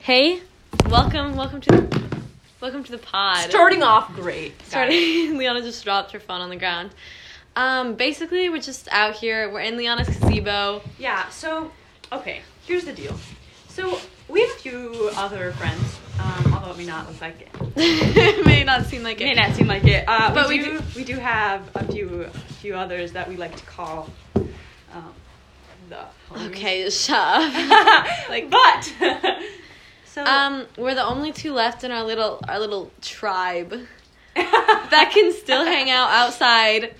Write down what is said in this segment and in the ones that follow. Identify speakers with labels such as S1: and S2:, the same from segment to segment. S1: Hey, welcome, welcome to the, welcome to the pod.
S2: Starting off great.
S1: Starting, Liana just dropped her phone on the ground. Um, basically, we're just out here. We're in Liana's gazebo.
S2: Yeah, so, okay, here's the deal. So, we have a few other friends, um, although it may not look like it.
S1: it may not seem like it.
S2: It may not seem like it. Uh,
S1: But
S2: we,
S1: we
S2: do,
S1: do-
S2: we do have a few a few others that we like to call um, the homies.
S1: Okay, shut up.
S2: like, but, so,
S1: um, we're the only two left in our little our little tribe that can still hang out outside.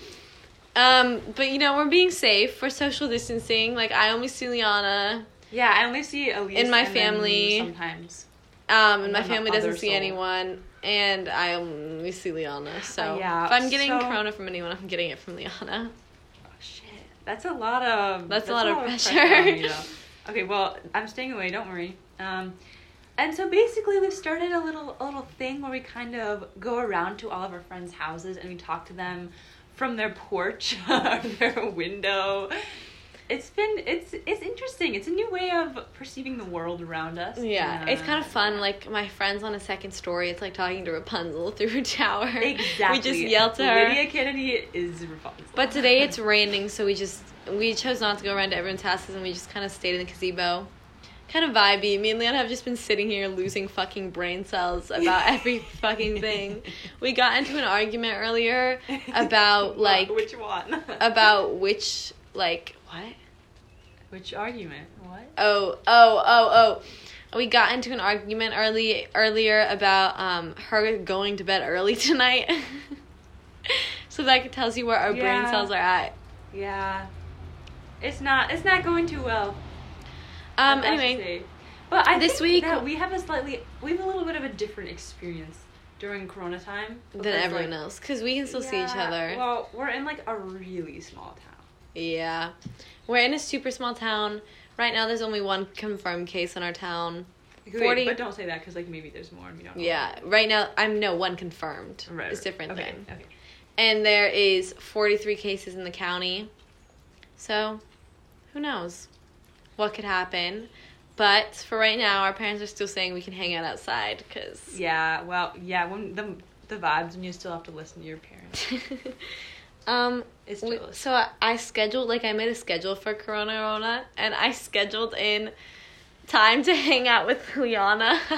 S1: Um, but you know we're being safe. We're social distancing. Like I only see Liana.
S2: yeah, I only see Elise
S1: In my
S2: and then
S1: family-
S2: sometimes.
S1: Um, and my
S2: I'm the
S1: family doesn't
S2: other
S1: see
S2: soul.
S1: anyone, and I only see Liana. So
S2: Uh, yeah,
S1: if I'm getting
S2: so-
S1: corona from anyone, I'm getting it from Liana.
S2: Oh, shit. That's a lot of.
S1: That's a lot of pressure.
S2: on me, though. okay, well, I'm staying away. Don't worry. Um, and so basically, we started a little a little thing where we kind of go around to all of our friends' houses and we talk to them from their porch or their window. It's been it's it's interesting. It's a new way of perceiving the world around us.
S1: Yeah, it's kind of
S2: Uh,
S1: fun. Like my friends on a second story, it's like talking to Rapunzel through her tower.
S2: Exactly.
S1: We just yell to her.
S2: Lydia Kennedy is Rapunzel.
S1: But today it's raining, so we just we chose not to go around to everyone's houses, and we just kind of stayed in the gazebo. Kind of vibey. Me and Leon have just been sitting here losing fucking brain cells about every fucking thing. We got into an argument earlier about like
S2: which one?
S1: about which like what?
S2: which argument? What?
S1: oh oh oh oh we got into an argument early earlier about um her going to bed early tonight so that tells you where our brain
S2: Yeah.
S1: cells are at
S2: Yeah. It's not it's not going too well.
S1: um
S2: I'd have to
S1: anyway
S2: say. But I
S1: this
S2: this
S1: week-
S2: week that we have a slightly we have a little bit of a different experience during corona time
S1: than
S2: because,
S1: everyone
S2: like,
S1: else because we can still see each
S2: yeah,
S1: other
S2: Well, we're in like a really small town.
S1: yeah we're in a super small town right now there's only one confirmed case in our town
S2: Wait,
S1: 40
S2: but don't say that cuz like maybe there's more and we don't know.
S1: yeah right now i'm no one confirmed
S2: Right.
S1: it's
S2: right.
S1: different
S2: okay.
S1: than
S2: Okay.
S1: and there is 43 cases in the county. So, who knows what could happen? But for right now, our parents are still saying we can hang out outside because
S2: Yeah, well, yeah, when the the vibes when you still have to listen to your parents.
S1: um.
S2: It's
S1: we-
S2: jealous.
S1: so I, I scheduled like I made a schedule for Corona Rona, and I scheduled in time to hang out with Liana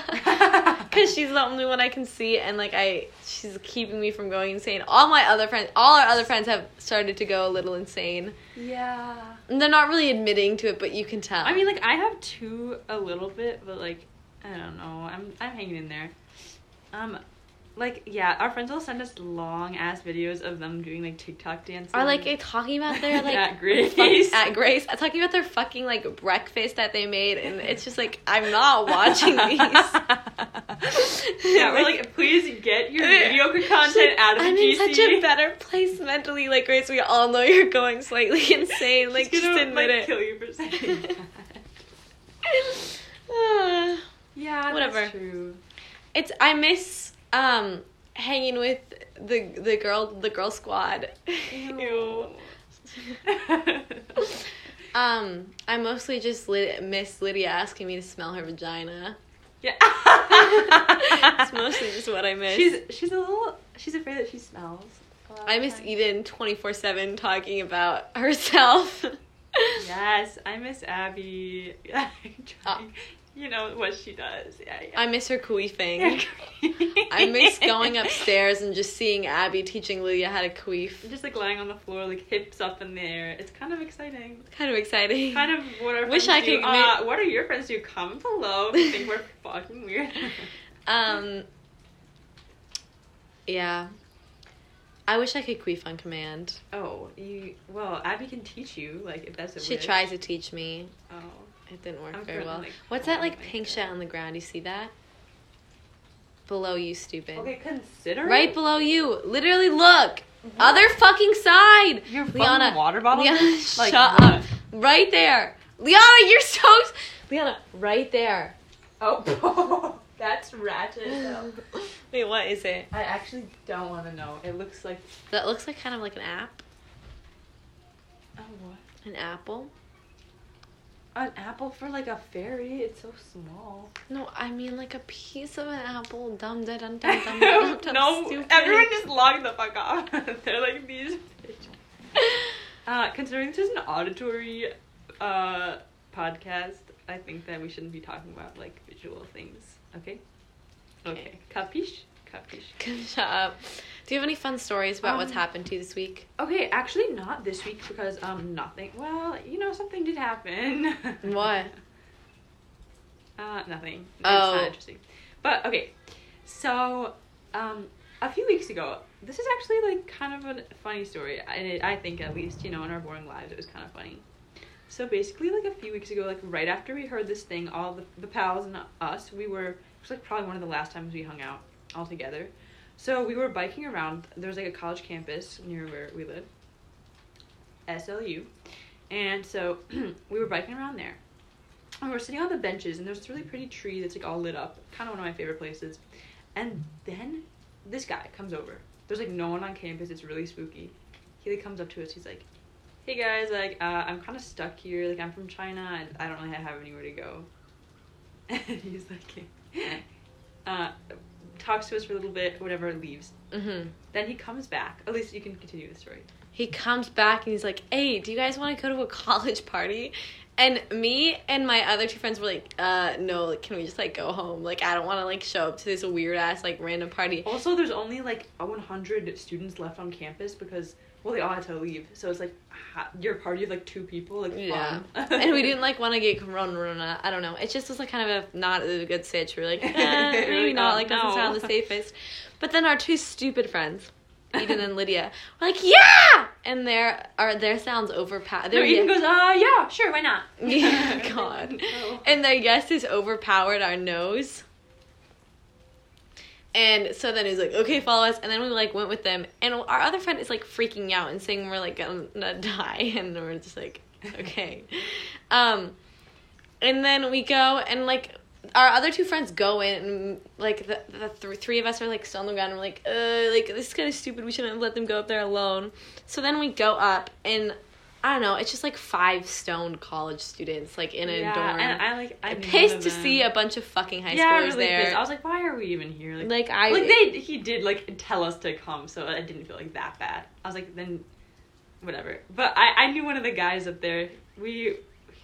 S1: because she's the only one I can see, and like I she's keeping me from going insane. All my other friends, all our other friends have started to go a little insane.
S2: yeah.
S1: And They're not really admitting to it, but you can tell.
S2: I mean, like I have two a little bit, but like I don't know. I'm I'm hanging in there. Um, like yeah, our friends will send us long ass videos of them doing like TikTok dances.
S1: are like eh, talking about their like
S2: at Grace.
S1: fuck- at Grace, uh, talking about their fucking like breakfast that they made, and it's just like I'm not watching these.
S2: these. yeah, we're like, please get your mediocre content out of
S1: I'm
S2: GC.
S1: in such a better place mentally. Like Grace, we all know you're going slightly insane. Like
S2: She's
S1: just
S2: gonna,
S1: admit
S2: like,
S1: it.
S2: Kill you for saying that.
S1: Ah.
S2: yeah, that's
S1: Whatever.
S2: true.
S1: It's I miss um hanging with the the girl the girl squad.
S2: Ew.
S1: Um, I mostly just lit- miss Lydia asking me to smell her vagina.
S2: yeah.
S1: That's mostly just what I miss.
S2: She's she's a little she's afraid that she smells. a lot of
S1: I miss
S2: times.
S1: Eden 24 7 talking about herself.
S2: Yes, I miss Abby.
S1: Oh.
S2: You know what she does. Yeah, yeah.
S1: I miss her queefing. I miss going upstairs and just seeing Abby teaching Lydia how to queef.
S2: Just like lying on the floor, like hips up in the air. It's kind of exciting.
S1: Kind of exciting.
S2: Kind of what our
S1: Wish
S2: friends
S1: I
S2: do.
S1: could
S2: Uh, what are your friends do? Comment below if you think we're fucking weird.
S1: Um, yeah. I wish I could queef on command.
S2: oh, you. Well, Abby can teach you. Like if that's a
S1: She
S2: wish.
S1: tried to teach me.
S2: Oh,
S1: It didn't work
S2: I'm
S1: very
S2: currently,
S1: well.
S2: like,
S1: What's that
S2: crawling
S1: like
S2: right
S1: pink
S2: there.
S1: shit on the ground? You see that? Below you, stupid.
S2: okay. Consider
S1: Right below you. Literally look. Other fucking side.
S2: Your fucking
S1: Liana,
S2: water bottle.
S1: Liana,
S2: bitch?
S1: shut
S2: Like,
S1: up.
S2: what?
S1: Right there. Liana, you're so. Liana, right there.
S2: Oh, that's ratchet. though.
S1: Wait, what is it?
S2: I actually don't want to know. It looks like
S1: That looks like kind of like an app.
S2: oh what?
S1: An apple.
S2: an apple for like a fairy. It's so small.
S1: No, I mean like a piece of an apple. Dum da dum dum dum dum. dum, stupid.
S2: just logged the fuck off. They're like these. Uh, considering this is an auditory uh, podcast, I think that we shouldn't be talking about like visual things. Okay. Okay.
S1: Okay.
S2: Capiche? Capiche.
S1: Shut up. Do you have any fun stories about what's
S2: Um,
S1: happened to you this week?
S2: Okay, actually not this week because um nothing. Well, you know something did happen.
S1: What?
S2: Uh, nothing. It's
S1: Oh.
S2: not interesting. But okay, so um, a few weeks ago, this is actually like kind of a funny story. I I think at least you know in our boring lives it was kind of funny. So basically, like a few weeks ago, like right after we heard this thing, all the, the pals and us, we were it was like probably one of the last times we hung out all together. So we were biking around. There was like a college campus near where we live, SLU, and so we were biking around there. And we were sitting on the benches, and there's this really pretty tree that's like all lit up, kind of one of my favorite places. And then this guy comes over. There's like no one on campus. It's really spooky. He like comes up to us. He's like, "Hey guys, like uh, I'm kind of stuck here. Like I'm from China, and I don't really have anywhere to go." And he's like, uh, talks to us for a little bit, whatever, leaves.
S1: Mm-hmm.
S2: Then he comes back. At least you can continue the story.
S1: He comes back and he's like, "Hey, do you guys want to go to a college party?" And me and my other two friends were like, "Uh, no. Like, can we just like go home? Like, I don't want to like show up to this weird ass like random party."
S2: Also, there's only like 100 students left on campus because well, they all had to leave. So it's like ha- you're a party of like two people, like
S1: Yeah.
S2: fun.
S1: and we didn't like want to get corona. I don't know. It just was like kind of a not a good sitch. We were like, eh, maybe
S2: Really
S1: not.
S2: not,
S1: Like doesn't
S2: no.
S1: sound the safest. But then our two stupid friends, Eden and Lydia, were like, yeah, and their our their sounds overpower.
S2: No,
S1: Their
S2: Ethan
S1: ye-
S2: goes, uh, yeah, sure, why not?
S1: Yeah, God.
S2: No.
S1: and their yes is overpowered our nose. And so then he's like, okay, follow us. And then we like went with them. And our other friend is like freaking out and saying we're like gonna die. And we're just like, okay. um, and then we go and like our other two friends go in and like the, the th- three of us are like still on the ground and we're like, uh, like this is kind of stupid. We shouldn't have let them go up there alone. So then we go up and I don't know. It's just like five stoned college students like in a
S2: yeah,
S1: dorm.
S2: And I like, I
S1: I'm
S2: knew one
S1: pissed
S2: of
S1: to
S2: them.
S1: see a bunch of fucking high
S2: yeah,
S1: schoolers
S2: really pissed.
S1: there.
S2: I was like, why are we even here? Like,
S1: like I
S2: like they, he did like tell us to come, so I didn't feel like that bad. I was like, then, whatever. But I, I knew one of the guys up there. We,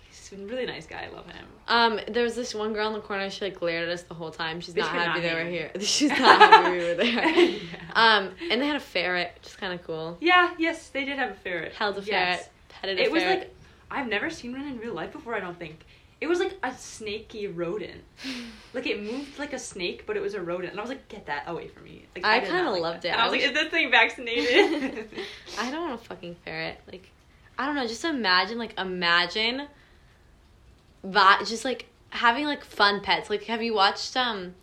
S2: he's a really nice guy. I love him.
S1: um there was this one girl in the corner, she like glared at us the whole time. She's
S2: Bitch,
S1: not
S2: we're
S1: happy
S2: not
S1: they were
S2: here.
S1: here. She's not happy we were there.
S2: yeah.
S1: Um and they had a ferret, which is kinda cool.
S2: Yeah, yes, they did have a ferret.
S1: Held a
S2: Yes.
S1: ferret, petted a
S2: It was
S1: ferret.
S2: like I've never seen one in real life before. I don't think it was like a snaky rodent. Like it moved like a snake, but it was a rodent, and I was like, "Get that away from me!" Like
S1: I
S2: did
S1: kinda
S2: not like
S1: loved
S2: that.
S1: it.
S2: And I was
S1: I
S2: like,
S1: was-
S2: "Is that thing vaccinated?"
S1: I don't want a fucking ferret. Like, I don't know. Just imagine, like, imagine that. Just like having like fun pets. Like, have you watched um,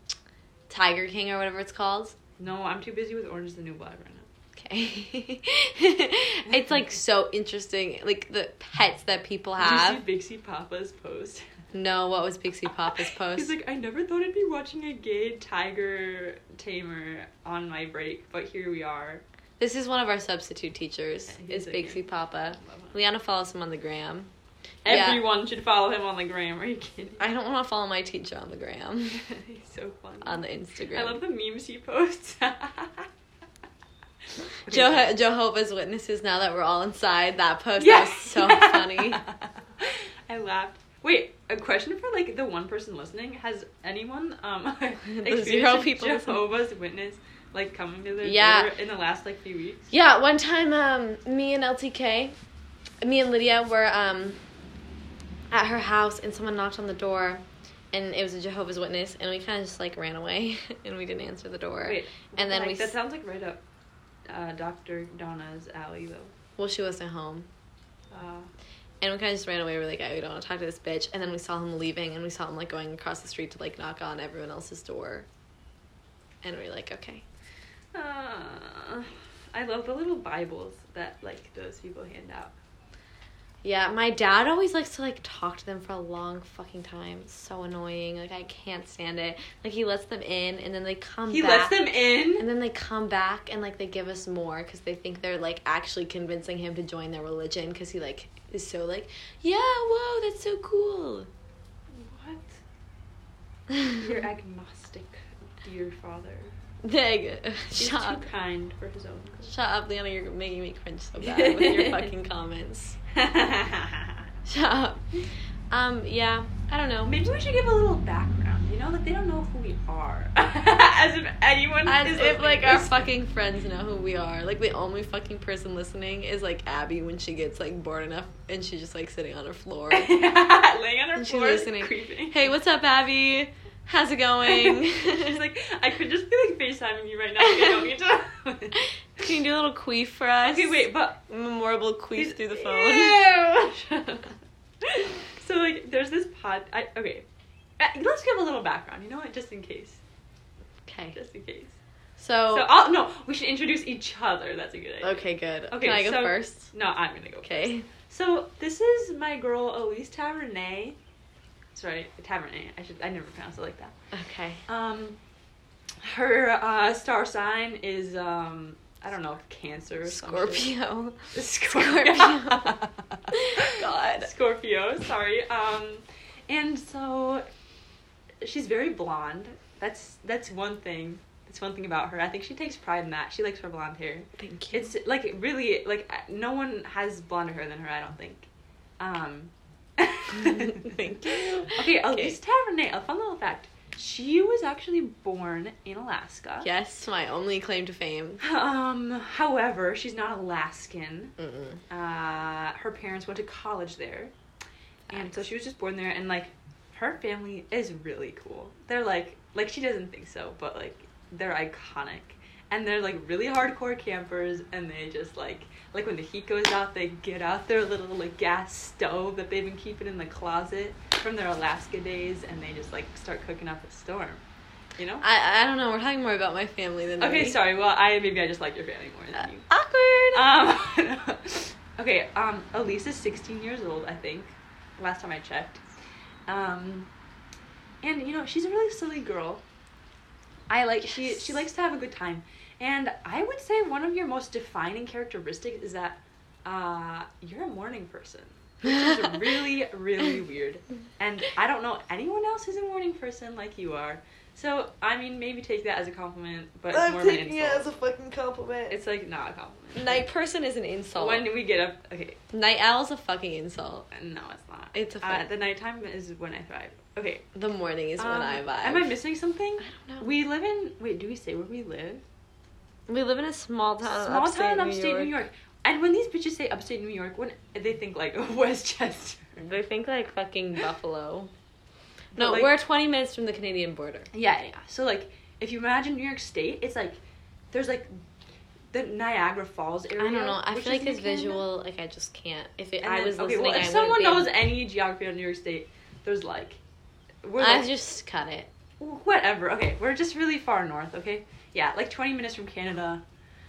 S1: Tiger King or whatever it's called?
S2: no, I'm too busy with Orange is the New Black right now.
S1: Okay, it's like so interesting. Like the pets that people have.
S2: Did you see Bixie Papa's post?
S1: No, what was Pixie Papa's post?
S2: He's like, "I never thought I'd be watching a gay tiger tamer on my break, but here we are."
S1: this is one of our substitute teachers.
S2: Yeah, he's
S1: Is
S2: a-
S1: Pixie Papa?
S2: I love him.
S1: Liana follows him on the gram. Yeah.
S2: Everyone should follow him on the gram. Are you kidding?
S1: I don't want to follow my teacher on the gram,
S2: He's so funny.
S1: on the Instagram.
S2: I love the memes he posts.
S1: Jeho- Jehovah's Witnesses. Now that we're all inside, that post that was
S2: Yes.
S1: so funny.
S2: I laughed. Wait, a question for like the one person listening: Has anyone um experienced
S1: zero
S2: a
S1: people listening.
S2: Jehovah's Witness like coming to their
S1: Yeah.
S2: door in the last like few weeks?
S1: Yeah, one time, um, me and LTK, me and Lydia were um, at her house, and someone knocked on the door, and it was a Jehovah's Witness, and we kind of just like ran away, and we didn't answer the door.
S2: Wait,
S1: and then
S2: like,
S1: we,
S2: that
S1: s-
S2: sounds like right up uh, Doctor Donna's alley though.
S1: well, she wasn't home.
S2: Uh,
S1: And we kind of just ran away. We were like, "I we don't want to talk to this bitch." And then we saw him leaving, and we saw him like going across the street to like knock on everyone else's door. And we were like, "Okay,
S2: uh, I love the little Bibles that like those people hand out.
S1: Yeah, my dad always likes to like talk to them for a long fucking time. It's so annoying. Like I can't stand it. Like he lets them in and then they come
S2: He
S1: back.
S2: lets them in.
S1: and then they come back and like they give us more cuz they think they're like actually convincing him to join their religion cuz he like is so like, yeah, whoa, that's so cool.
S2: What? You're agnostic, dear father.
S1: Neg.
S2: He's
S1: Shut
S2: too
S1: up.
S2: kind for his own good.
S1: Shut up, Liana. You're making me cringe so bad with your fucking comments. Shut up. Um, yeah, I don't know.
S2: Maybe we should give a little background. You know that they don't know who we are, as if anyone
S1: As
S2: is
S1: if like
S2: listening
S1: our
S2: is-
S1: fucking friends know who we are. Like the only fucking person listening is like Abby when she gets like bored enough and she's just like sitting on her floor.
S2: laying on her
S1: And she's
S2: floor,
S1: listening.
S2: creeping.
S1: hey, what's up, Abby? How's it going?
S2: She's like, I could just be like FaceTiming you right now. Like, I don't need to.
S1: Can you do a little queef for us?
S2: okay, wait, but
S1: Memorable queef through the phone.
S2: Ew. so like, there's this pod. I, okay, Uh, let's give a little background. You know what? Just in case.
S1: Okay.
S2: Just in case.
S1: So,
S2: So, I'll, no, we should introduce each other. That's a good idea.
S1: Oh. okay, good.
S2: Okay,
S1: Can I go
S2: so-
S1: first?
S2: No, I'm gonna go. first.
S1: Okay.
S2: So this is my girl Elise Tavernay. Sorry, Tavernay. I should. I never pronounce it like that.
S1: Okay.
S2: Um, her uh, star sign is um, I don't know, Cancer. Or some shit.
S1: Scorpio.
S2: Scorpio.
S1: Scorpio. God.
S2: Scorpio. Sorry. Um, and so she's very blonde. That's that's one thing. That's one thing about her. I think she takes pride in that. She likes her blonde hair.
S1: Thank you.
S2: It's like really like I- no one has blonder hair than her. I don't think. Um,
S1: Thank you.
S2: Okay,
S1: Okay.
S2: Elise Tavernay. A fun little fact. She was actually born in Alaska.
S1: yes, my only claim to fame.
S2: Um. However, she's not Alaskan.
S1: Mm-mm.
S2: Uh, her parents went to college there, and so she was just born there. And like, her family is really cool. They're like, like she doesn't think so, but like, they're iconic, and they're like really hardcore campers. And they just like, like when the heat goes out, they get out their little like gas stove that they've been keeping in the closet from their Alaska days, and they just like start cooking up a storm. You know.
S1: I I don't know. We're talking more about my family than
S2: Okay,
S1: me.
S2: sorry. Well, I maybe I just like your family more
S1: Uh,
S2: than you.
S1: awkward.
S2: Um, okay, um, Elise is 16 years old, I think, last time I checked. Um, and you know, she's a really silly girl. I like she
S1: Yes.
S2: she likes to have a good time, and I would say one of your most defining characteristics is that uh, you're a morning person, which is really really weird. And I don't know anyone else who's a morning person like you are. So I mean, maybe take that as a compliment, but it's more of an insult.
S1: a fucking compliment.
S2: it's like not a compliment.
S1: Night person is an insult.
S2: When we get up, okay,
S1: Night owl's a fucking insult.
S2: no, it's not.
S1: It's a
S2: uh,
S1: fact.
S2: the nighttime is when I thrive. Okay,
S1: The morning is when
S2: um,
S1: I vibe.
S2: Am I missing something?
S1: I don't know.
S2: We live in. Wait, do we say where we live?
S1: we live in a small town.
S2: Small
S1: upstate
S2: town,
S1: New
S2: upstate
S1: York.
S2: New York. And when these bitches say upstate New York, when they think like Westchester.
S1: They think like fucking Buffalo. No,
S2: like-
S1: we're 20 minutes from the Canadian border.
S2: Yeah, yeah. So like, if you imagine New York State, it's like there's like the Niagara Falls area.
S1: I don't know. I
S2: which
S1: feel
S2: is
S1: like
S2: in
S1: this
S2: Canada.
S1: visual, like I just can't. If it,
S2: And
S1: I
S2: then-
S1: was
S2: okay,
S1: listening,
S2: well, if
S1: I
S2: someone
S1: wouldn't be
S2: knows
S1: able-
S2: any geography of New York State, there's like. We're
S1: I
S2: like-
S1: just cut it.
S2: whatever. Okay, we're just really far north. Okay, yeah, like twenty minutes from Canada.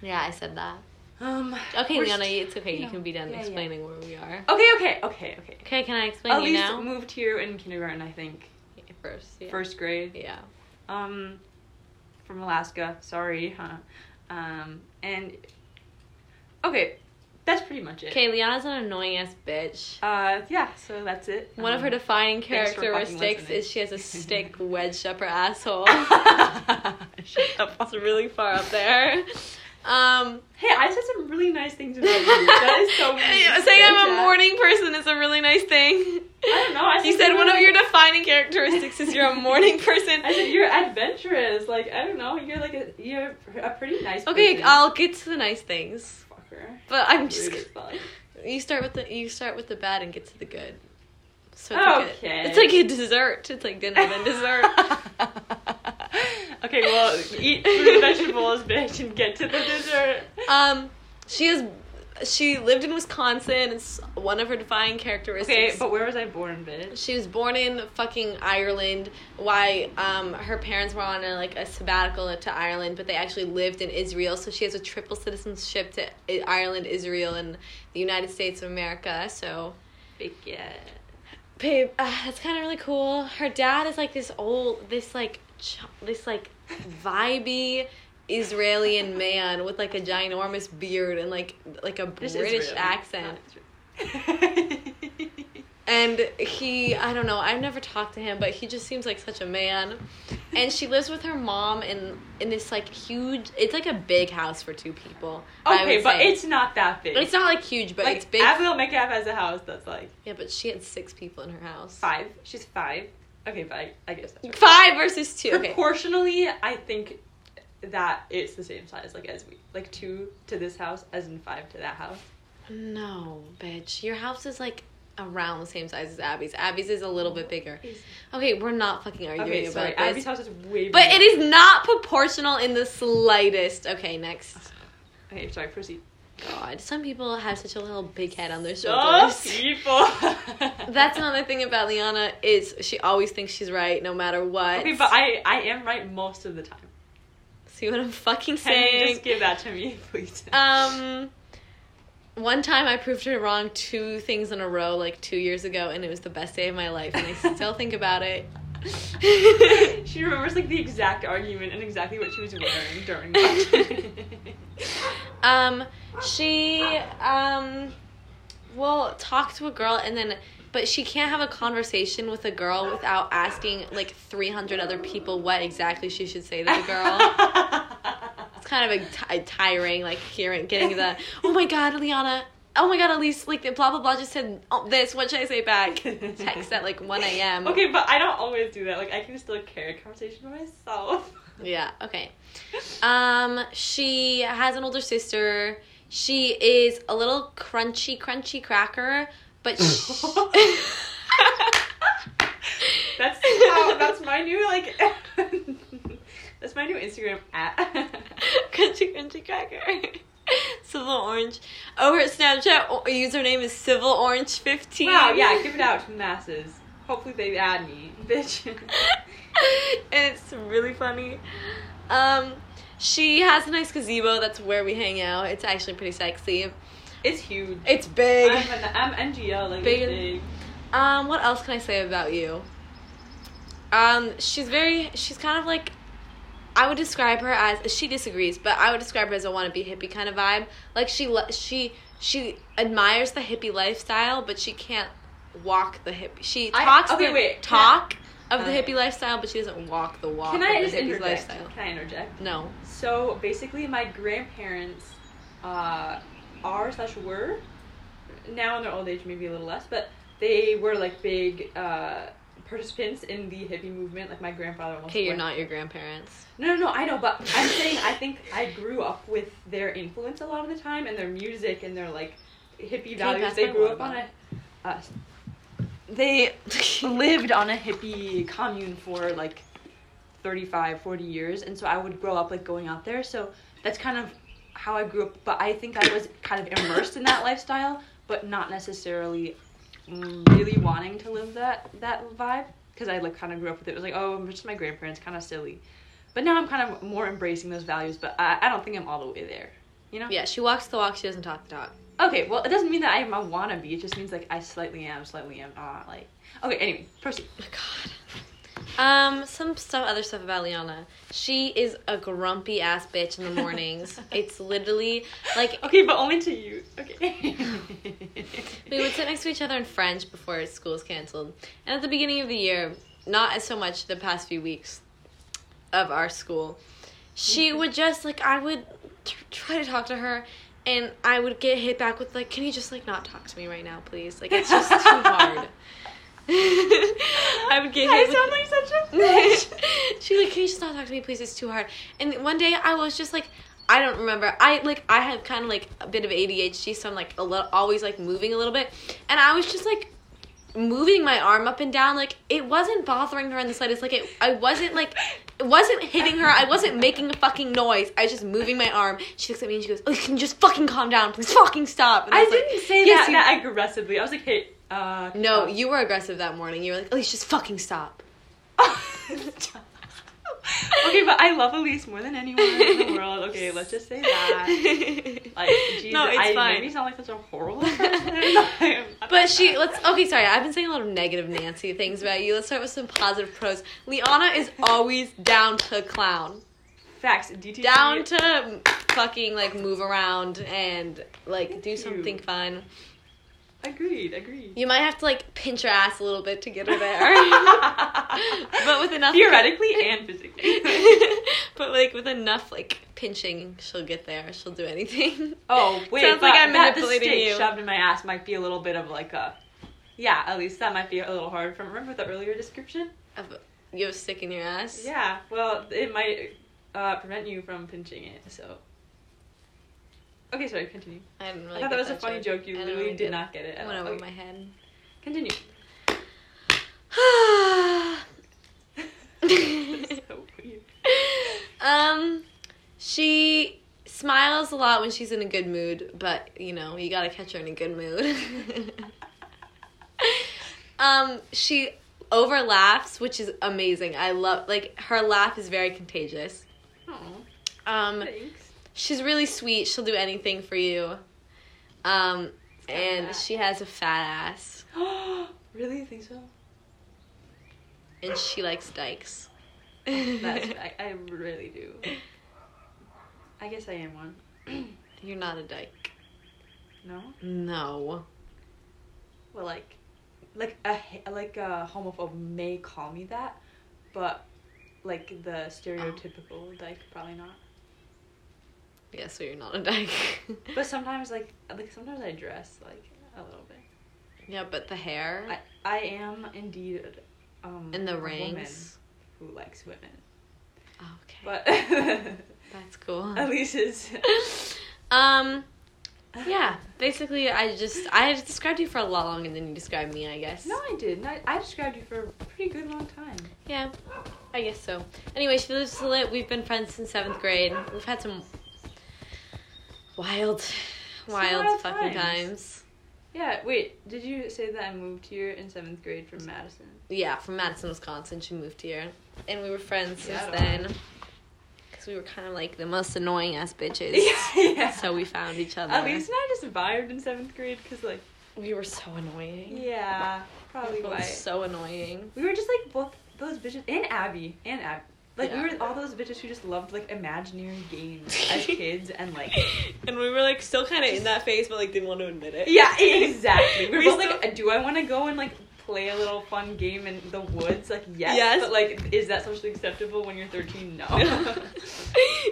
S1: Yeah, I said that.
S2: Um.
S1: Okay,
S2: we're
S1: Liana,
S2: st-
S1: it's okay. You
S2: no.
S1: can be done
S2: Yeah, yeah.
S1: explaining where we are.
S2: okay, okay, okay, okay.
S1: Okay, can I explain
S2: At
S1: you
S2: least
S1: now?
S2: moved here in kindergarten, I think,
S1: Yeah, First, yeah.
S2: first grade.
S1: yeah.
S2: Um, from Alaska. Sorry, huh? Um, and okay, that's pretty much it.
S1: Okay, Liana's an annoying ass bitch.
S2: Uh, yeah. So that's it.
S1: One of her
S2: Um,
S1: defining
S2: thanks for fucking
S1: characteristics
S2: listening.
S1: is she has a stick wedged up her asshole.
S2: Shut up.
S1: That's really far up there. Um,
S2: Hey, I said some really nice things about you. That is so mean.
S1: saying I'm a
S2: Snapchat.
S1: morning person is a really nice thing.
S2: I don't know. I
S1: You
S2: said
S1: said
S2: you
S1: one
S2: were-
S1: of your defining characteristics is you're a morning person.
S2: I said you're adventurous. Like I don't know, you're like a you're a pretty nice.
S1: Okay,
S2: person.
S1: I'll get to the nice things,
S2: Fucker.
S1: but I'm just.
S2: Rude as fuck.
S1: You start with the you start with the bad and get to the good. So it's,
S2: Okay.
S1: like a, it's like a dessert. It's like dinner then dessert.
S2: okay, well, eat fruit and vegetables, bitch, and get to the dessert.
S1: um, she is. She lived in Wisconsin. It's one of her defining characteristics.
S2: Okay, but where was I born, bitch?
S1: she was born in fucking Ireland. Why um, her parents were on a, like a sabbatical to Ireland, but they actually lived in Israel. So she has a triple citizenship to I- Ireland, Israel, and the United States of America. So
S2: Fake it.
S1: babe, uh, that's kind of really cool. Her dad is like this old, this like ch- this like vibey. Israeli man with like a ginormous beard and like like a
S2: This
S1: British
S2: is real.
S1: accent.
S2: Not
S1: and he i don't know i've never talked to him but he just seems like such a man and she lives with her mom in in this like huge it's like a big house for two people I
S2: okay,
S1: would
S2: but
S1: say.
S2: it's not that big.
S1: it's not like huge but
S2: like,
S1: it's big
S2: Abigail Metcalf has a house that's like
S1: yeah but she had six people in her house
S2: five. She's five. Okay, but I, I guess that's right.
S1: Five versus two okay
S2: Proportionally, I think that it's the same size, like as we like two to this house, as in five to that house.
S1: no bitch your house is like around the same size as abby's abby's is a little bit bigger okay we're not fucking arguing
S2: Okay,
S1: about
S2: sorry.
S1: this
S2: Abby's house is way.
S1: but
S2: bigger.
S1: it is not proportional in the slightest okay next
S2: Okay, sorry. Proceed.
S1: God, some people have such a little big head on their
S2: Oh,
S1: shoulders.
S2: people.
S1: That's another thing about Liana is she always thinks she's right no matter what.
S2: Okay, but I I am right most of the time.
S1: See what I'm fucking
S2: Can you
S1: saying?
S2: just give that to me, please?
S1: Um, one time I proved her wrong two things in a row like two years ago, and it was the best day of my life, and I still think about it.
S2: she remembers like the exact argument and exactly what she was wearing during that.
S1: Um, she um will talk to a girl and then but she can't have a conversation with a girl without asking like 300 other people what exactly she should say to the girl. it's kind of a ti- tiring like hearing getting the oh my god, Liana. Oh my god, Elise, like the blah blah blah just said oh, this. What should I say back? Text at like 1 a.m.
S2: Okay, but I don't always do that. Like I can still carry a conversation by myself.
S1: Yeah, okay. Um, she has an older sister. She is a little crunchy, crunchy cracker, but she,
S2: That's how, that's my new like. that's my new Instagram at.
S1: crunchy, crunchy cracker. Civil Orange. Over at Snapchat, o- username is Civil Orange fifteen.
S2: wow, yeah, give it out to masses. Hopefully they add me, bitch.
S1: and it's really funny. Um, she has a nice gazebo. That's where we hang out. It's actually pretty sexy.
S2: It's huge.
S1: It's big.
S2: I'm, an, I'm NGL, like
S1: Big-
S2: it's big.
S1: Um, what else can I say about you? Um, she's very she's kind of like I would describe her as she disagrees, but I would describe her as a wannabe hippie kind of vibe. Like she lo- she she admires the hippie lifestyle, but she can't walk the hippie. She
S2: I-
S1: talks
S2: okay,
S1: the
S2: wait, can I-
S1: talk of the
S2: Okay.
S1: hippie lifestyle, but she doesn't walk the walk
S2: Can
S1: of
S2: I
S1: the
S2: just
S1: hippie
S2: interject?
S1: lifestyle.
S2: Can I interject?
S1: No.
S2: So basically, my grandparents uh, are slash were now in their old age, maybe a little less, but they were like big uh, participants in the hippie movement. Like my grandfather almost.
S1: Okay, you're
S2: went-
S1: not your grandparents.
S2: No, no, no. I know, but I'm saying I think I grew up with their influence a lot of the time, and their music and their like hippie values.
S1: pass
S2: They
S1: my
S2: grew
S1: water
S2: up on a. Uh, they lived on a hippie commune for like 35 40 years and so i would grow up like going out there so that's kind of how i grew up but i think i was kind of immersed in that lifestyle but not necessarily really wanting to live that that vibe because i like kind of grew up with it it was like oh i'm just my grandparents kind of silly but now i'm kind of more embracing those values but i, I don't think i'm all the way there you know
S1: Yeah, she walks the walk, she doesn't talk the talk.
S2: okay well it doesn't mean that i'm a wannabe it just means like i slightly am slightly am not like okay anyway proceed
S1: my god. Oh, Um, some stuff, other stuff about Liana. She is a grumpy ass bitch in the mornings. it's literally like
S2: okay, but only to you. Okay.
S1: we would sit next to each other in French before school was canceled, and at the beginning of the year, not as so much the past few weeks of our school, she would just like I would tr- try to talk to her. And I would get hit back with like, "Can you just like not talk to me right now, please? Like it's just too hard." I would get hit.
S2: I
S1: with-
S2: sound like such a bitch.
S1: she was like, can you just not talk to me, please? It's too hard. And one day I was just like, I don't remember. I like I have kind of like a bit of ADHD, so I'm like a little always like moving a little bit, and I was just like moving my arm up and down. Like it wasn't bothering her in the slightest. Like it, I wasn't like. It wasn't hitting her. I wasn't making a fucking noise. I was just moving my arm. She looks at me and she goes, "Oh, can you just fucking calm down, please? Fucking stop." And
S2: I
S1: was like,
S2: didn't say
S1: "Yes,
S2: that,
S1: you
S2: that aggressively. I was like, hey, uh.
S1: no, you were aggressive that morning. You were like, "Elise, just fucking stop."
S2: okay, but I love Elise more than anyone in the world. Okay, let's just say that. Like, geez,
S1: no, it's
S2: I
S1: fine.
S2: made me sound like such a horrible person. I am-
S1: But she, let's, oh, okay, sorry, I've been saying a lot of negative Nancy things about you. Let's start with some positive pros. Liana is always down to clown,
S2: Facts, DTT.
S1: down to fucking like move around and like do something fun.
S2: Agreed, agreed.
S1: You might have to like pinch her ass a little bit to get her there.
S2: but
S1: with enough-
S2: Theoretically and physically.
S1: but like with enough like pinching, she'll get there. She'll do anything.
S2: oh, wait.
S1: Sounds
S2: but
S1: like I'm
S2: that the
S1: manipulating
S2: stick
S1: you.
S2: shoved in my ass might be a little bit of like a. Yeah, at least that might be a little hard from. Remember the earlier description?
S1: Of- You have a stick in your ass.
S2: Yeah, well, it might uh, prevent you from pinching it, so. Okay, sorry, continue.
S1: I didn't really.
S2: I
S1: get
S2: thought that was a funny joke. You
S1: I don't
S2: literally
S1: really
S2: did
S1: get-
S2: not get it at
S1: Went
S2: all.
S1: over
S2: Okay,
S1: my head.
S2: Continue. so weird.
S1: um, she smiles a lot when she's in a good mood, but you know you gotta catch her in a good mood. um, she over laughs, which is amazing. I love like her laugh is very contagious.
S2: Oh,
S1: Um,
S2: thanks.
S1: she's really sweet. She'll do anything for you. Um,
S2: kinda
S1: and
S2: that.
S1: she has a fat ass,
S2: really? You think so?
S1: and she likes dykes.
S2: That's, I, I really do. I guess I am one.
S1: You're not a dyke.
S2: No?
S1: No.
S2: Well, like, like a h- like a homophobe may call me that, but like the stereotypical dyke probably not.
S1: Yeah, so you're not a dyke.
S2: But sometimes like like sometimes I dress like a little bit.
S1: yeah, but the hair
S2: I I am indeed um
S1: and
S2: a
S1: the
S2: woman
S1: rings.
S2: who likes women,
S1: Okay.
S2: but
S1: That's cool.
S2: at least it's
S1: um yeah, basically I just I described you for a lot longer than you described me, I guess.
S2: No, I didn't. I, I described you for a pretty good long time.
S1: Yeah. I guess so. Anyway, she lives to lit. We've been friends since 7th grade. We've had some wild wild
S2: wild
S1: fucking
S2: times.
S1: times.
S2: Yeah, wait, did you say that I moved here in seventh grade from Madison?
S1: Yeah, from Madison, Wisconsin. She moved here. And we were friends since
S2: Seattle.
S1: then. Because we were kind of like the most annoying ass bitches.
S2: yeah.
S1: So we found each other.
S2: At least I just vibed in seventh grade because, like,
S1: we were so annoying.
S2: yeah, probably
S1: we were
S2: why.
S1: so annoying.
S2: We were just like both those bitches, and Abby, and Abby. Like,
S1: Yeah.
S2: we were all those bitches who just loved, like, imaginary games as kids and, like,
S1: And we were like still kind of in that phase, but like didn't want to admit it.
S2: yeah, exactly. We were
S1: We
S2: both
S1: still-
S2: like, do I want to go and, like, play a little fun game in the woods? Like, yes.
S1: Yes.
S2: But, like, is that socially acceptable when you're 13? No.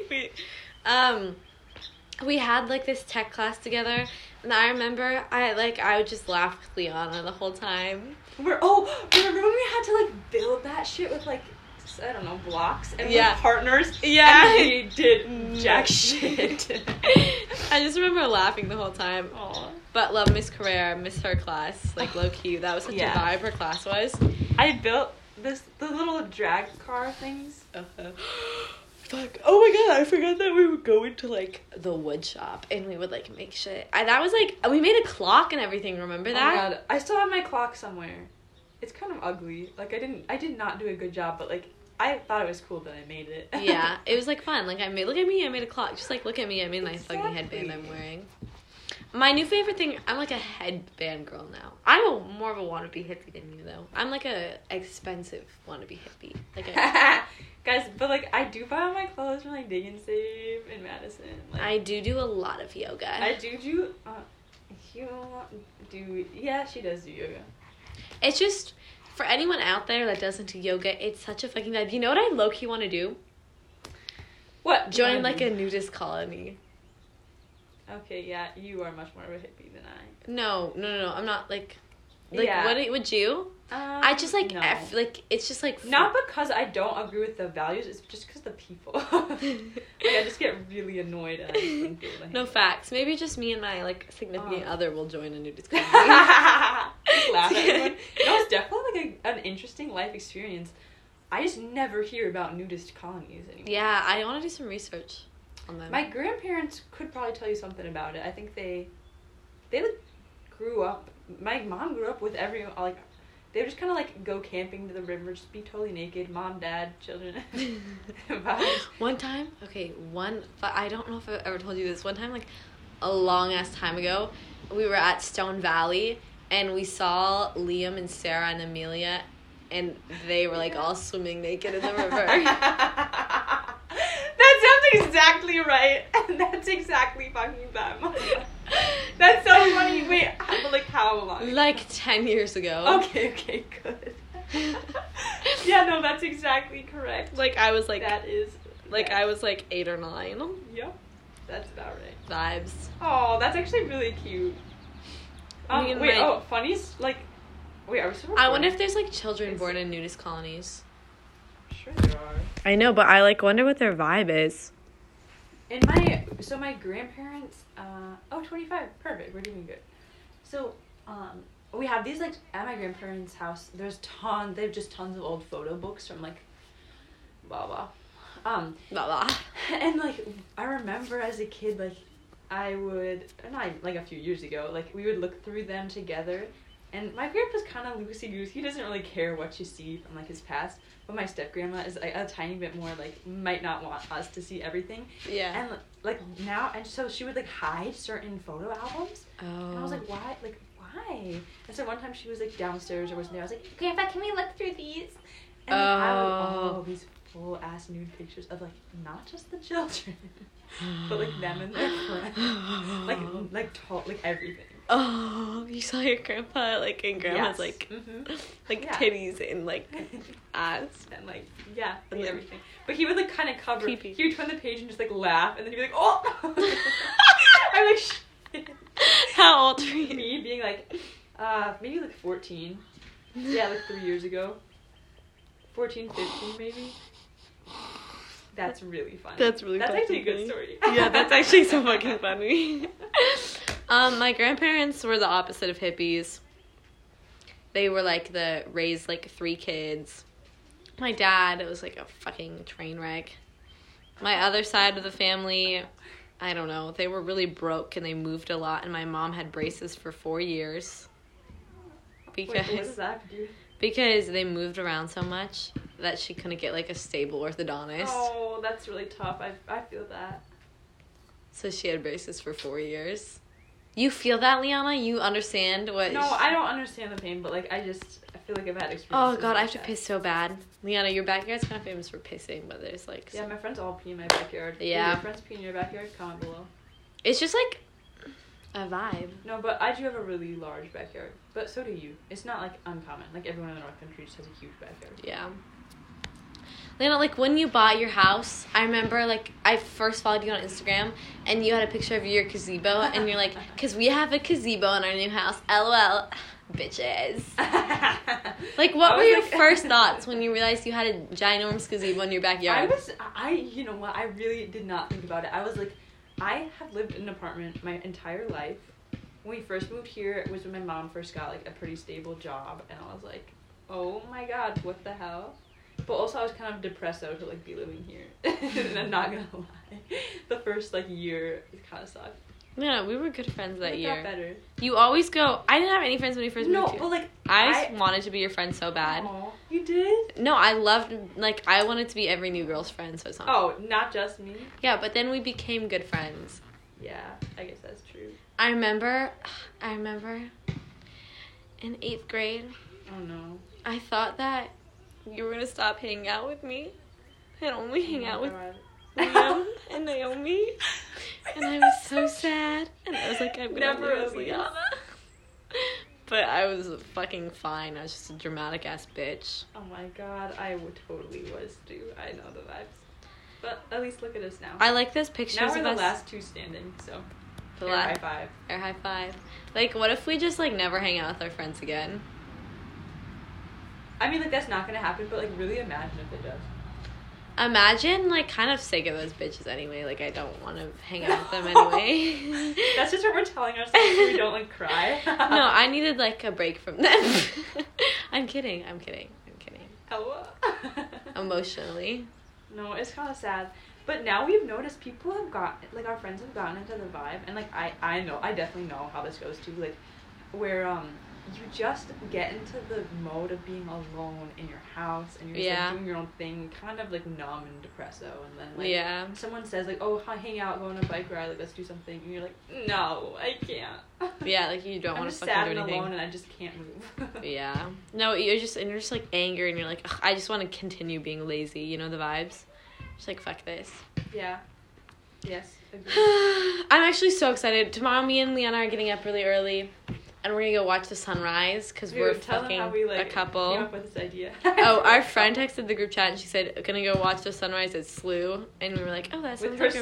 S1: we, um, we had like this tech class together, and I remember I like I would just laugh with Liana the whole time.
S2: We're oh, remember when we had to like build that shit with like s- I don't know blocks and
S1: Yeah.
S2: we're partners?
S1: Yeah.
S2: and we did jack
S1: No.
S2: shit.
S1: I just remember laughing the whole time.
S2: Aw.
S1: But love Miss Carrera, miss her class, like low key. That was such
S2: Yeah.
S1: a vibe her class was.
S2: I built this the little drag car things.
S1: Fuck. Oh my god, I forgot that we would go into like the wood shop and we would like make shit. I, that was like we made a clock and everything, remember
S2: Oh my
S1: that?
S2: god, I still have my clock somewhere. It's kind of ugly. Like I didn't, I did not do a good job, but like I thought it was cool that I made it.
S1: yeah, it was like fun. Like I made look at me, I made a clock. Just like look at me, I made my fucking
S2: Exactly.
S1: headband I'm wearing. My new favorite thing, I'm like a headband girl now. I'm a, more of a wannabe hippie than you though. I'm like a expensive wannabe hippie. Like I,
S2: Guys, but like I do buy all my clothes from like Dig and Save in Madison. Like,
S1: I do do a lot of yoga.
S2: I do do. Uh, you do. Yeah, she does do yoga.
S1: It's just for anyone out there that doesn't do yoga, it's such a fucking vibe. You know what I low key want to do?
S2: What?
S1: Join like a nudist colony.
S2: Okay, yeah, you are much more of a hippie than I.
S1: No, no, no, no. I'm not like. Like
S2: Yeah.
S1: what it- would you?
S2: Um,
S1: I just like
S2: no.
S1: F, like it's just like
S2: Not because I don't agree with the values. It's just because the people. like I just get really annoyed at. Like,
S1: no facts. Maybe just me and my like significant
S2: Oh.
S1: other will join a nudist
S2: Just
S1: colony.
S2: laugh at everyone. No, it's definitely like a, an interesting life experience. I just never hear about nudist colonies anymore.
S1: yeah, I want to do some research on them.
S2: My grandparents could probably tell you something about it. I think they, they like, grew up. My mom grew up with everyone. Like, they would just kind of like go camping to the river, just be totally naked. Mom, dad, children. Vibes.
S1: one time, okay, one. But I don't know if I've ever told you this. One time, like a long ass time ago, we were at Stone Valley and we saw Liam and Sarah and Amelia, and they were like all swimming naked in the river.
S2: that sounds exactly right. That's exactly fucking them. That's so funny. Wait, how- like how long?
S1: Like 10 years ago.
S2: Okay, okay, good. yeah, no, that's exactly correct.
S1: Like I was like
S2: that is
S1: like
S2: yeah.
S1: I was like 8 or 9
S2: Yep, that's about right.
S1: vibes.
S2: Oh, that's actually really cute. Um,
S1: Me and
S2: wait,
S1: my-
S2: oh, funny, s- like, wait, are we still
S1: I wonder if
S2: recording?
S1: there's like children
S2: Is-
S1: born in nudist colonies.
S2: Sure there are.
S1: I know, but I like wonder what their vibe is.
S2: And my so my grandparents, uh, oh, 25, perfect. We're doing good. So um, we have these like at my grandparents' house. There's ton. They have just tons of old photo books from like, blah blah. Um,
S1: Blah blah.
S2: and like I remember as a kid, like I would or not even- like a few years ago, like we would look through them together. And my grandpa's kind of loosey goosey. He doesn't really care what you see from like his past. But my step grandma is like, a tiny bit more like might not want us to see everything.
S1: Yeah.
S2: And like now, and so she would like hide certain photo albums,
S1: oh.
S2: and I was like, why? Like why? And so one time she was like downstairs or wasn't there. I was like, Grandpa, can we look through these? And like, I would
S1: Oh.
S2: all these full ass nude pictures of like not just the children, but like them and their friends, like like tall, like everything.
S1: oh, you saw your grandpa like and grandma's
S2: Yes.
S1: like
S2: Mhm.
S1: like
S2: Yeah.
S1: titties and like ass.
S2: and like yeah,
S1: And,
S2: like,
S1: like,
S2: everything. But he would like kind of cover.
S1: pee-pee.
S2: He would turn the page and just like laugh, and then he'd be like, oh. I'm like. Shit.
S1: How old were you?
S2: me being like, uh, maybe like 14. Yeah, like three years ago. 14, 15 maybe. That's really funny.
S1: That's really
S2: That's
S1: fucking
S2: actually a good
S1: funny.
S2: story.
S1: yeah, that's actually so fucking funny. um, my grandparents were the opposite of hippies. They were like the raised like three kids. My dad was like a fucking train wreck. My other side of the family, I don't know, they were really broke and they moved a lot and my mom had braces for 4 years.
S2: Wait, what
S1: Because
S2: does that have to do? with-
S1: because they moved around so much that she couldn't get like a stable orthodontist.
S2: Oh, that's really tough. I, I feel that.
S1: So she had braces for four years. You feel that, Liana? You understand what?
S2: No, I don't understand the pain, but like I just I feel like I've had experiences.
S1: Oh god, I
S2: like
S1: have to
S2: that.
S1: piss so bad, Liana. Your backyard's kind of famous for pissing, but there's like,
S2: Yeah, my friends all pee in my backyard. Do
S1: Yeah.
S2: Your friends pee in your backyard? Comment below.
S1: it's just like a vibe.
S2: No, but I do have a really large backyard. But so do you. It's not like uncommon. Like everyone in the North Country just has a huge backyard.
S1: Yeah. Lana, like when you bought your house, I remember like I first followed you on Instagram and you had a picture of your gazebo and you're like, because we have a gazebo in our new house. LOL, bitches. Like, what
S2: I
S1: were
S2: was
S1: your
S2: like-
S1: first thoughts when you realized you had a ginormous gazebo in your
S2: I
S1: backyard?
S2: was, I, you know what? I really did not think about it. I was like, I have lived in an apartment my entire life. When we first moved here, it was when my mom first got like a pretty stable job, and I was like, oh my god, what the hell? But also, I was kind of depressed though to like be living here, and I'm not gonna lie. The first like year, it kind of sucked.
S1: Lana, we were good friends that
S2: it
S1: year.
S2: got better.
S1: You always go. I didn't have any friends when we first
S2: No,
S1: moved
S2: but
S1: here.
S2: like
S1: I,
S2: I-
S1: wanted to be your friend so bad.
S2: Aw, you did.
S1: No, I loved like I wanted to be every new girl's friend. So it's not.
S2: Oh, not just me.
S1: Yeah, but then we became good friends.
S2: Yeah, I guess that's true.
S1: I remember. I remember. In eighth grade,
S2: Oh no.
S1: I thought that you were gonna stop hanging out with me, and only hang out with Liam and Naomi. And I was so sad. And I was like, I'm gonna
S2: Never
S1: lose
S2: a
S1: Liana. But I was fucking fine. I was just a dramatic ass bitch.
S2: Oh my god, I w- totally was too. I know the vibes. But at least look at us now.
S1: I like those pictures
S2: now
S1: of
S2: we're the
S1: us.
S2: last two standing, so
S1: the
S2: fair
S1: last
S2: high five.
S1: Or high five. Like, what if we just like never hang out with our friends again?
S2: I mean, like that's not gonna happen, but like really imagine if it does.
S1: Imagine like kind of sick of those bitches anyway. Like, I don't want to hang out with them anyway.
S2: that's just what we're telling ourselves so we don't like cry.
S1: no, I needed like a break from them. I'm kidding. I'm kidding. I'm kidding.
S2: Ella.
S1: Emotionally,
S2: No, it's kind of sad. But now we've noticed people have got like our friends have gotten into the vibe, and like I I know I definitely know how this goes too. Like where um you just get into the mode of being alone in your house and you're just
S1: Yeah.
S2: like, doing your own thing, kind of like numb and depresso, and then like
S1: yeah.
S2: when someone says like oh hi- hang out, go on a bike ride, like let's do something, and you're like no I can't.
S1: Yeah, like you don't
S2: I'm
S1: want to
S2: just
S1: fucking
S2: sad
S1: do
S2: and
S1: anything.
S2: alone, and I just can't move.
S1: Yeah. No, you're just and you're just like anger and you're like, "Ugh, I just want to continue being lazy. You know the vibes. Just like fuck this.
S2: yeah. Yes.
S1: I'm actually so excited. Tomorrow, me and Liana are getting up really early, and we're gonna go watch the sunrise because we're fucking a couple.
S2: Came up with this idea.
S1: Oh, our friend texted the group chat and she said, "Gonna go watch the sunrise at SLU," and we were like, "Oh, that sounds
S2: with her
S1: like a-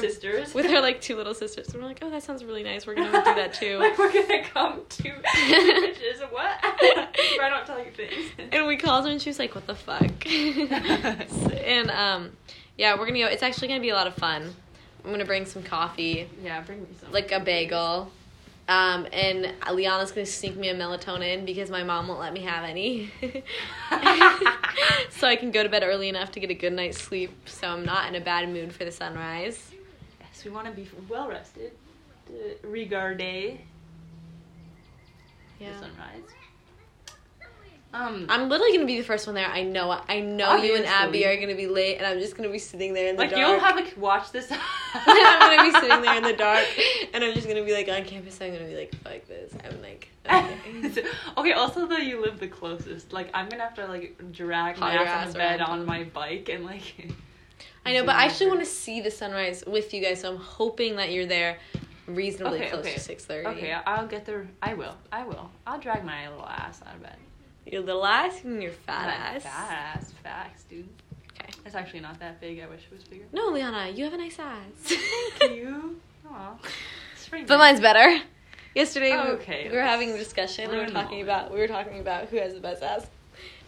S2: sisters.
S1: with her like two little sisters." And we're like, "Oh, that sounds really nice. We're gonna do that too."
S2: like we're gonna come to bitches. What? I don't tell you things.
S1: and we called her and she was like, "What the fuck?" and um, yeah, we're gonna go. It's actually gonna be a lot of fun. I'm gonna bring some coffee,
S2: Yeah, bring me some.
S1: like a bagel. Um, and Liana's gonna sneak me a melatonin because my mom won't let me have any. so I can go to bed early enough to get a good night's sleep so I'm not in a bad mood for the sunrise.
S2: yes, we want to be well rested. to Regarde the sunrise. Um,
S1: I'm literally gonna be the first one there. I know it. I know you and
S2: Obviously.
S1: Abby are gonna be late and I'm just gonna be sitting there in the
S2: like
S1: dark.
S2: you'll have a watch this.
S1: I'm gonna be sitting there in the dark and I'm just gonna be like on campus I'm gonna be like, fuck this. I'm like okay.
S2: okay, also though you live the closest, like I'm gonna have to like drag
S1: Haul
S2: my
S1: your
S2: ass on
S1: ass
S2: the bed
S1: around.
S2: on my bike and like.
S1: I know, but I actually wanna see the sunrise with you guys, so I'm hoping that you're there reasonably
S2: Okay,
S1: close
S2: okay.
S1: to six thirty.
S2: Okay, I'll get there. I will. I will. I'll drag my little ass out of bed.
S1: Your little ass and your fat
S2: My
S1: ass.
S2: Fat ass. Facts, dude.
S1: Okay.
S2: It's actually not that big. I wish it was bigger.
S1: No, Liana, you have a nice ass.
S2: Thank you. Aw. It's pretty
S1: But
S2: nice.
S1: mine's better. Yesterday we-
S2: Okay,
S1: we were
S2: let's-
S1: having a discussion. We
S2: we're
S1: were
S2: in the
S1: talking
S2: moment.
S1: about we were talking about who has the best ass,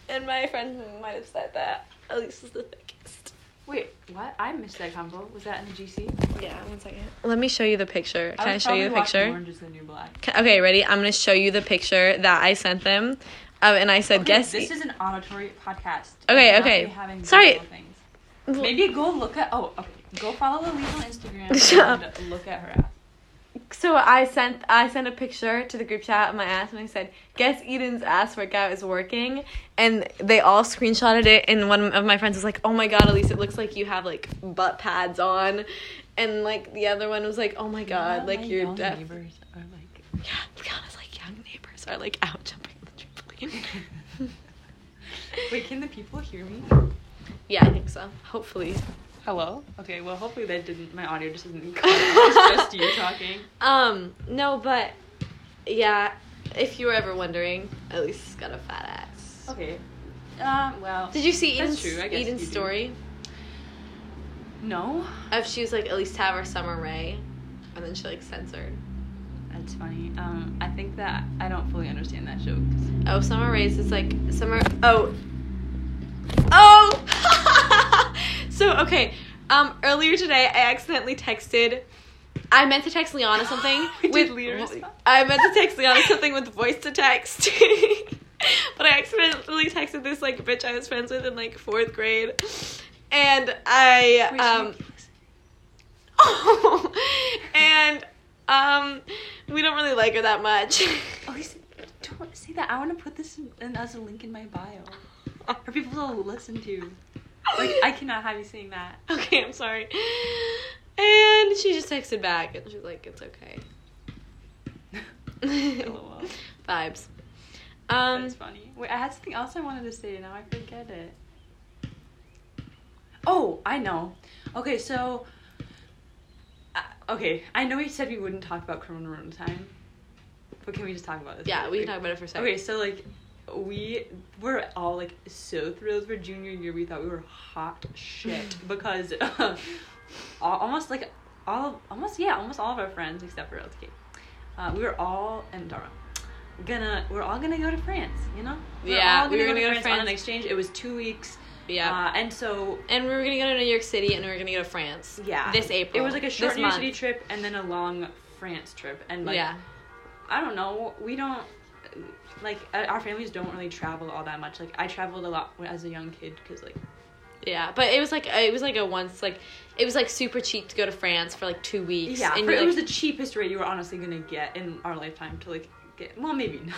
S1: and my friend might have said that Elise is the thickest.
S2: Wait, what? I missed that combo. Was that in the GC?
S1: Yeah, one second. Let me show you the picture. Can I,
S2: was
S1: show you
S2: probably
S1: the
S2: watching
S1: picture?
S2: Orange is the New Black.
S1: Ca- Okay, ready? I'm gonna show you the picture that I sent them, um, and I said,
S2: Okay,
S1: "Guess."
S2: This is an auditory podcast.
S1: Okay,
S2: We cannot
S1: okay.
S2: be having
S1: Sorry.
S2: visual Things. Maybe go look at. Oh, okay. Go follow Elise on Instagram
S1: Shut Oh
S2: and look at her ass.
S1: So I sent I sent a picture to the group chat of my ass and I said, "Guess Eden's ass workout is working," and they all screenshotted it. And one of my friends was like, "Oh my god, Elise, it looks like you have like butt pads on," and like the other one was like, "Oh my god, like
S2: your
S1: you're deaf."
S2: neighbors are like.
S1: Yeah, Liana's like young neighbors are like out jumping the trampoline.
S2: Wait, can the people hear me?
S1: yeah, I think so. Hopefully.
S2: Hello. Okay. Well, hopefully that didn't. My audio just isn't. cut out. it's just you talking.
S1: Um, no, but yeah, if you were ever wondering, Elise's got a fat ass.
S2: Okay. Uh, well.
S1: Did you see
S2: That's
S1: Eden's,
S2: true, I guess
S1: Eden's
S2: you do.
S1: story
S2: No.
S1: of she was like at least have her summer ray, and then she like censored.
S2: That's funny. Um, I think that I don't fully understand that joke. 'cause-
S1: Oh, summer rays is like summer. Oh, oh. so okay. Um, earlier today I accidentally texted. I meant to text Liana something
S2: We did
S1: with.
S2: leader stuff.
S1: I meant to text Liana something with voice to text. But I accidentally texted this like bitch I was friends with in like fourth grade, and I
S2: Wait,
S1: um
S2: should we-
S1: and um, we don't really like her that much.
S2: Elise, don't say that. I want to put this in, in, as a link in my bio for people to listen to. Like, I cannot have you saying that.
S1: Okay, I'm sorry. And she just texted back, and she's like, "It's okay."
S2: LOL.
S1: Vibes. Um,
S2: That's funny. Wait, I had something else I wanted to say. Now I forget it. Oh, I know. Okay, so. Uh, okay, I know we said we wouldn't talk about criminal run time, but can we just talk about this?
S1: yeah,
S2: really
S1: we can
S2: quick?
S1: talk about it for a second.
S2: Okay, so like we were all like so thrilled for junior year. We thought we were hot shit because al- almost like all of, almost yeah almost all of our friends except for LTK, uh, we were all and Dara gonna we're all gonna go to France. You know We were
S1: Yeah,
S2: all
S1: we were gonna go to
S2: on an
S1: France.
S2: exchange. It was two weeks.
S1: Yeah.
S2: uh, and so.
S1: and we were gonna go to New York City, and we were gonna go to France.
S2: Yeah,
S1: This April.
S2: It was like a short
S1: This
S2: New York
S1: month.
S2: City trip and then a long France trip, and like
S1: yeah.
S2: I don't know. We don't like uh, our families don't really travel all that much. Like I traveled a lot when- as a young kid because like
S1: Yeah, but it was like it was like a once like it was like super cheap to go to France for like two weeks.
S2: yeah,
S1: and
S2: for-
S1: you're,
S2: it was
S1: like,
S2: the cheapest rate you were honestly gonna get in our lifetime to like get. Well, maybe not.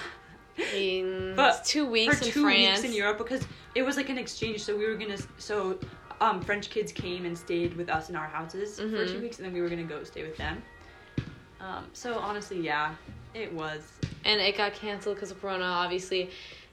S1: in
S2: But
S1: it's two weeks
S2: for
S1: in
S2: two
S1: France.
S2: weeks in Europe because it was like an exchange. So we were gonna so um, French kids came and stayed with us in our houses for two
S1: Mhm.
S2: weeks, and then we were gonna go stay with them. Um, so honestly, yeah, it was
S1: and it got canceled because of Corona, obviously.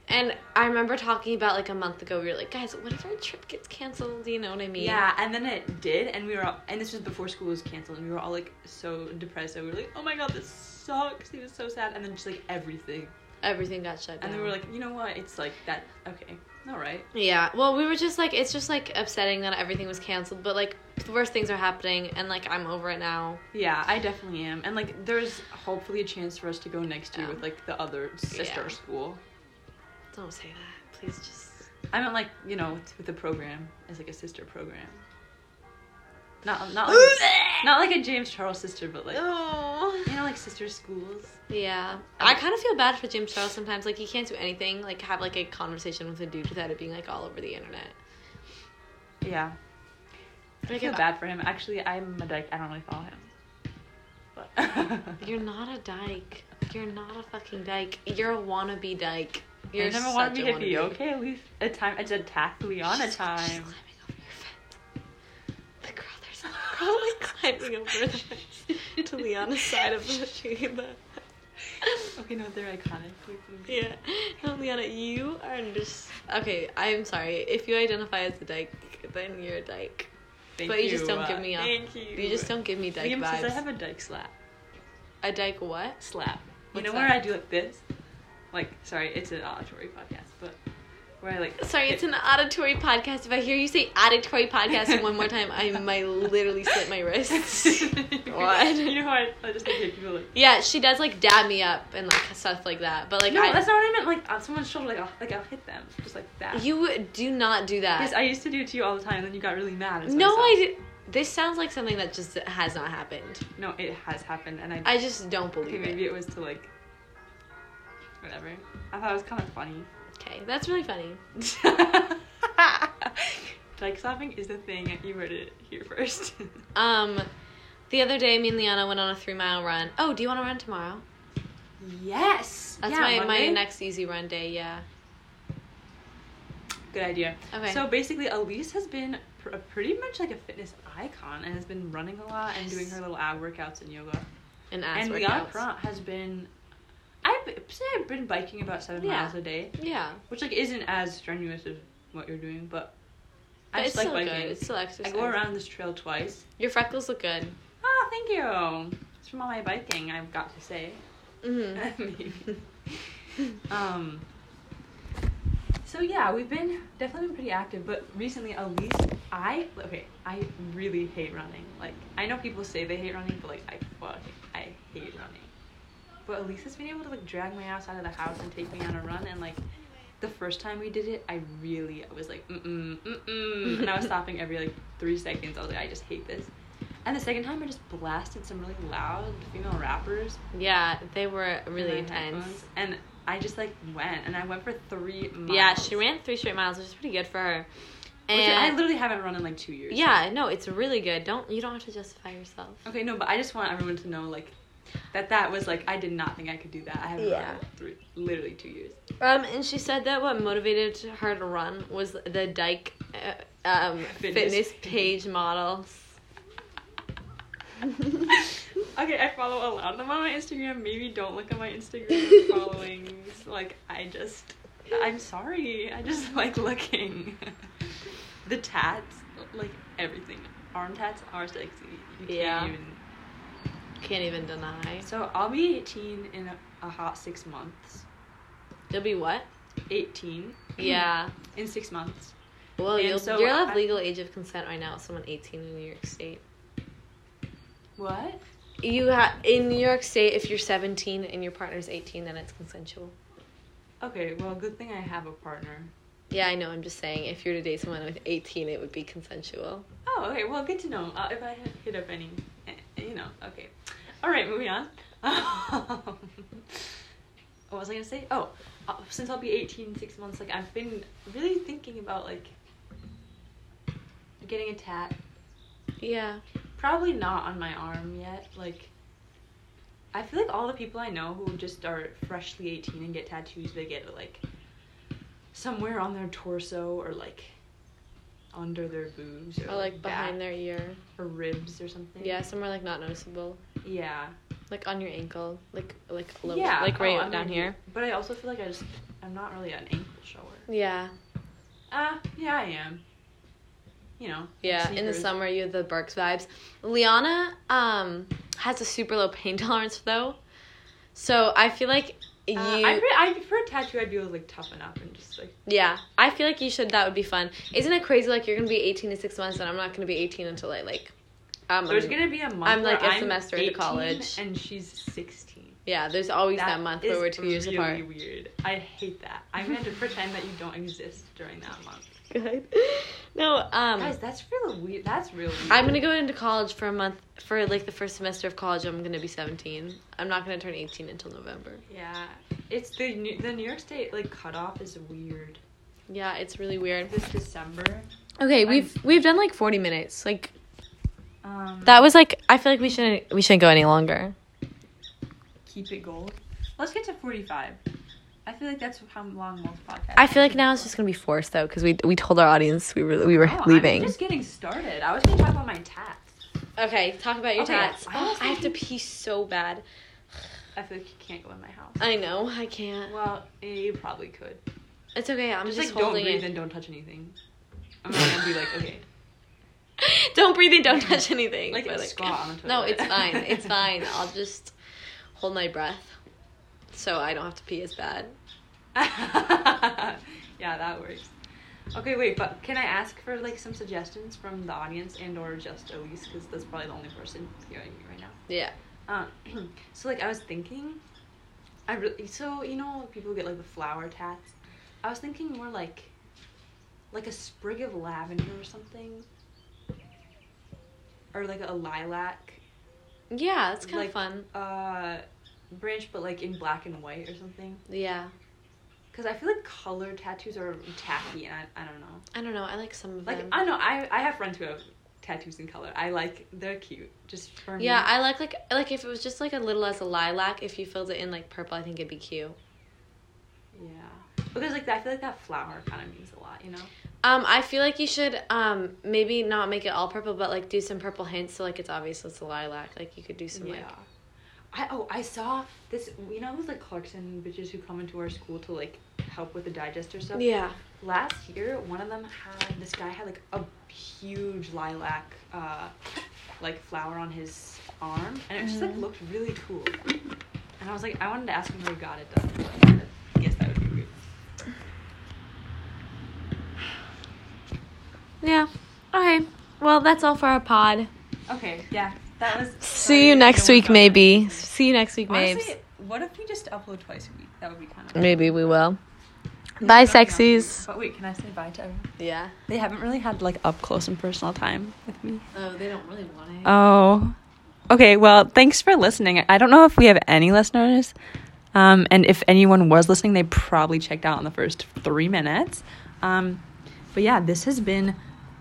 S1: And I remember talking about like a month ago, we were like, guys, what if our trip gets canceled? You know what I mean?
S2: Yeah, and then it did, and we were all, and this was before school was canceled, and we were all like so depressed. And we were like, oh my god, this sucks. He was so sad, and then just like everything,
S1: Everything got shut down.
S2: and then we were like, you know what? It's like that. Okay, all right.
S1: yeah. Well, we were just like, it's just like upsetting that everything was canceled, but like the worst things are happening, and like I'm over it now.
S2: Yeah, I definitely am, and like there's hopefully a chance for us to go next year
S1: Yeah.
S2: with like the other sister
S1: Yeah.
S2: school.
S1: Don't say that. Please just.
S2: I meant like you know with the program as like a sister program. Not not like, not like a James Charles sister, but like
S1: Oh.
S2: you know like sister schools.
S1: Yeah. I kind of feel bad for James Charles sometimes. Like, he can't do anything, like, have, like, a conversation with a dude without it being, like, all over the internet.
S2: Yeah, I
S1: Like,
S2: feel
S1: if-
S2: bad for him. Actually, I'm a dyke. I don't really follow him. But
S1: You're not a dyke. You're not a fucking dyke. You're a wannabe dyke. You're
S2: you never want to be
S1: such a
S2: hippie. Okay, at least a time. It's a tack
S1: She's-
S2: Leona
S1: she's
S2: time.
S1: climbing over your fence. The girl, there's a girl like climbing over the fence to Leanna's side of the tree.
S2: Okay, no, they're iconic.
S1: Yeah. No, Leanna, you are just. Okay, I'm sorry. If you identify as a dyke, then you're a dyke.
S2: Thank
S1: But you just don't give me
S2: uh,
S1: off-
S2: Thank you.
S1: You just don't give me dyke
S2: Liam
S1: vibes.
S2: says I have a dyke slap.
S1: a dyke what?
S2: Slap. You
S1: What's
S2: know
S1: that?
S2: where I do like this? Like, sorry, it's an auditory podcast, but where I like.
S1: Sorry, it's an auditory podcast. If I hear you say auditory podcast one more time, I might literally slit my wrists. What?
S2: You know how I, I just like, hit people like.
S1: Yeah, she does like dab me up and like stuff like that. But like,
S2: no,
S1: I,
S2: that's not what I meant. Like on someone's shoulder, like I'll, like I'll hit them, just like that.
S1: you do not do that.
S2: Yes, I used to do it to you all the time, and then you got really mad. and so
S1: no, I.
S2: stopped.
S1: Did. This sounds like something that just has not happened.
S2: No, it has happened, and I.
S1: I just don't believe
S2: okay,
S1: it.
S2: maybe it was to like. Whatever. I thought it was kind of funny.
S1: Okay, that's really funny.
S2: Dyke slapping is the thing you heard it here first.
S1: Um, the other day, me and Liana went on a three mile run. Oh, do you want to run tomorrow?
S2: yes.
S1: That's
S2: Yeah,
S1: my my
S2: Monday.
S1: next easy run day. Yeah.
S2: Good idea.
S1: Okay.
S2: So basically, Elise has been pr- a pretty much like a fitness icon and has been running a lot and doing
S1: Yes.
S2: her little ab workouts and yoga.
S1: an ass
S2: and Leon
S1: workouts.
S2: Pront has been. I've b- say I've been biking about seven
S1: Yeah.
S2: miles a day,
S1: Yeah,
S2: which like isn't as strenuous as what you're doing, but,
S1: but
S2: I
S1: it's
S2: just like
S1: still
S2: biking.
S1: good. It's still
S2: I
S1: exercise.
S2: go around this trail twice.
S1: Your freckles look good.
S2: Oh, thank you. It's from all my biking. I've got to say. Mm-hmm.
S1: hmm
S2: Maybe. um. So yeah, we've been definitely been pretty active, but recently at least I okay, I really hate running. Like I know people say they hate running, but like I fuck I hate running. But Elise has been able to like drag my ass out of the house and take me on a run and like the first time we did it, I really I was like mm mm mm mm, and I was stopping every like three seconds. I was like I just hate this. And the second time, I just blasted some really loud female rappers
S1: Yeah, they were really
S2: my
S1: intense.
S2: headphones, And I just like went, and I went for three miles.
S1: Yeah, she ran three straight miles, which is pretty good for her.
S2: Which
S1: And
S2: I literally haven't run in like two years.
S1: yeah, no, it's really good. Don't you don't have to justify yourself.
S2: Okay, no, but I just want everyone to know like that that was like I did not think I could do that. I haven't
S1: Yeah.
S2: run in three, literally two years.
S1: Um, and she said that what motivated her to run was the Dyke uh, um,
S2: Fitness
S1: fitness, page models.
S2: Okay, I follow a lot of them on my Instagram. Maybe don't look at my Instagram followings. Like I just, I'm sorry. I just like looking. the tats, like everything. Arm tats are sexy. You can't
S1: Yeah.
S2: even
S1: Can't even deny.
S2: So I'll be 18 in a, a hot six months.
S1: You'll be what?
S2: 18
S1: Yeah.
S2: in six months.
S1: Well,
S2: And
S1: you'll
S2: so
S1: you're of
S2: I-
S1: legal age of consent right now. Someone 18 in New York State.
S2: What?
S1: You have in New York State. If you're 17 and your partner's 18, then it's consensual.
S2: Okay, well, good thing I have a partner.
S1: Yeah, I know. I'm just saying, if you were to date someone with 18, it would be consensual.
S2: Oh, okay. Well, good to know. Uh, if I hit- hit up any, eh, you know. Okay. All right, moving on. what was I gonna say? Oh, uh, since I'll be 18 in six months, like I've been really thinking about like getting a tat.
S1: Yeah.
S2: Probably not on my arm yet. Like, I feel like all the people I know who just are freshly 18 and get tattoos, they get it like somewhere on their torso or like under their boobs or,
S1: Or like behind their ear.
S2: their or ribs or something.
S1: Yeah, somewhere like not noticeable.
S2: Yeah.
S1: Like on your ankle. Like like low
S2: yeah.
S1: like
S2: Oh,
S1: right
S2: I
S1: down
S2: mean,
S1: here.
S2: But I also feel like I just I I'm not really an ankle shower.
S1: Yeah.
S2: Uh, yeah, I am. You know.
S1: Yeah, in the
S2: sneakers.
S1: summer you have the Burks vibes. Liana um has a super low pain tolerance though. So I feel like you
S2: Uh, I, pre- I prefer a tattoo I'd be able to like toughen up and just like
S1: Yeah. I feel like you should that would be fun. Isn't it crazy like you're gonna be eighteen in six months and I'm not gonna be eighteen until I like um
S2: there's gonna be a month
S1: I'm, like,
S2: where
S1: a semester into
S2: 18
S1: college.
S2: and she's 16
S1: Yeah, there's always that, month where
S2: is
S1: we're two years
S2: really
S1: apart.
S2: weird I hate that I'm gonna have to pretend that you don't exist during that month
S1: Good. No, um
S2: guys that's real weird that's real weird
S1: I'm gonna go into college for a month for like the first semester of college. I'm gonna be 17. I'm not gonna turn 18 until November.
S2: yeah it's the New- the New York State like cutoff is weird
S1: Yeah, it's really weird.
S2: this December
S1: Okay,
S2: I'm-
S1: we've we've done like 40 minutes. Like
S2: um
S1: that was like I feel like we shouldn't we shouldn't go any longer.
S2: keep it gold let's get to 45 I feel like that's how long most podcasts
S1: I feel like now it's just gonna be forced though because we we told our audience we were we were
S2: Oh,
S1: leaving.
S2: I'm just getting started I was gonna talk about my tats
S1: Okay, talk about your
S2: Okay,
S1: tats.
S2: I
S1: Oh,
S2: was
S1: I have to pee so bad.
S2: I feel like you can't go in my house.
S1: I know I can't.
S2: Well, eh, you probably could.
S1: It's okay. I'm just,
S2: just, like don't
S1: holding
S2: breathe
S1: it.
S2: and don't touch anything. I'm not gonna be like okay,
S1: don't breathe and don't touch anything.
S2: like
S1: But,
S2: a squat on the
S1: No,
S2: toilet.
S1: it's fine. It's fine. I'll just hold my breath so I don't have to pee as bad.
S2: yeah, that works. Okay, wait, but can I ask for like some suggestions from the audience and or just Elise because that's probably the only person hearing me right now.
S1: Yeah.
S2: Um, so like I was thinking, I really so you know people get like the flower tats. I was thinking more like, like a sprig of lavender or something, or like a lilac
S1: Yeah, that's kind of
S2: Like-
S1: fun.
S2: uh, branch, but like in black and white or something.
S1: Yeah.
S2: Cause I feel like color tattoos are tacky, and I, I don't know.
S1: I don't know. I like some of
S2: Like
S1: them.
S2: I don't know I I have friends who have tattoos in color. I like they're cute. Just for me.
S1: yeah, I like like like if it was just like a little as a lilac, if you filled it in like purple, I think it'd be cute.
S2: yeah. Because like I feel like that flower kind of means a lot, you know.
S1: Um, I feel like you should um maybe not make it all purple, but like do some purple hints so like it's obvious it's a lilac. Like you could do some like
S2: I oh I saw this you know those like Clarkson bitches who come into our school to like help with the digester stuff.
S1: yeah
S2: Last year one of them had this guy had like a huge lilac uh like flower on his arm and it just like
S1: Mhm.
S2: looked really cool. And I was like I wanted to ask him where he got it done. but I guess that would be weird.
S1: yeah. Okay, well that's all for our pod.
S2: Okay, yeah. That was
S1: See you next week, maybe. See you next week,
S2: Honestly,
S1: Mabes.
S2: what if we just upload twice a week? That would be kind of
S1: Maybe we will. Bye, sexies.
S2: But wait, can I say bye to everyone?
S1: Yeah.
S2: They haven't really had like up close and personal time with me.
S1: Oh, they don't really want it.
S2: Oh. Okay, well, thanks for listening. I don't know if we have any listeners. Um, and if anyone was listening, they probably checked out in the first three minutes. Um, but yeah, this has been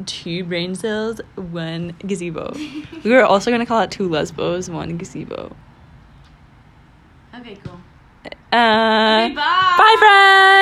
S2: two brain cells, one gazebo. we were also going to call it two lesbos, one gazebo.
S1: Okay, cool.
S2: Uh,
S1: Okay, bye.
S2: Bye, friends.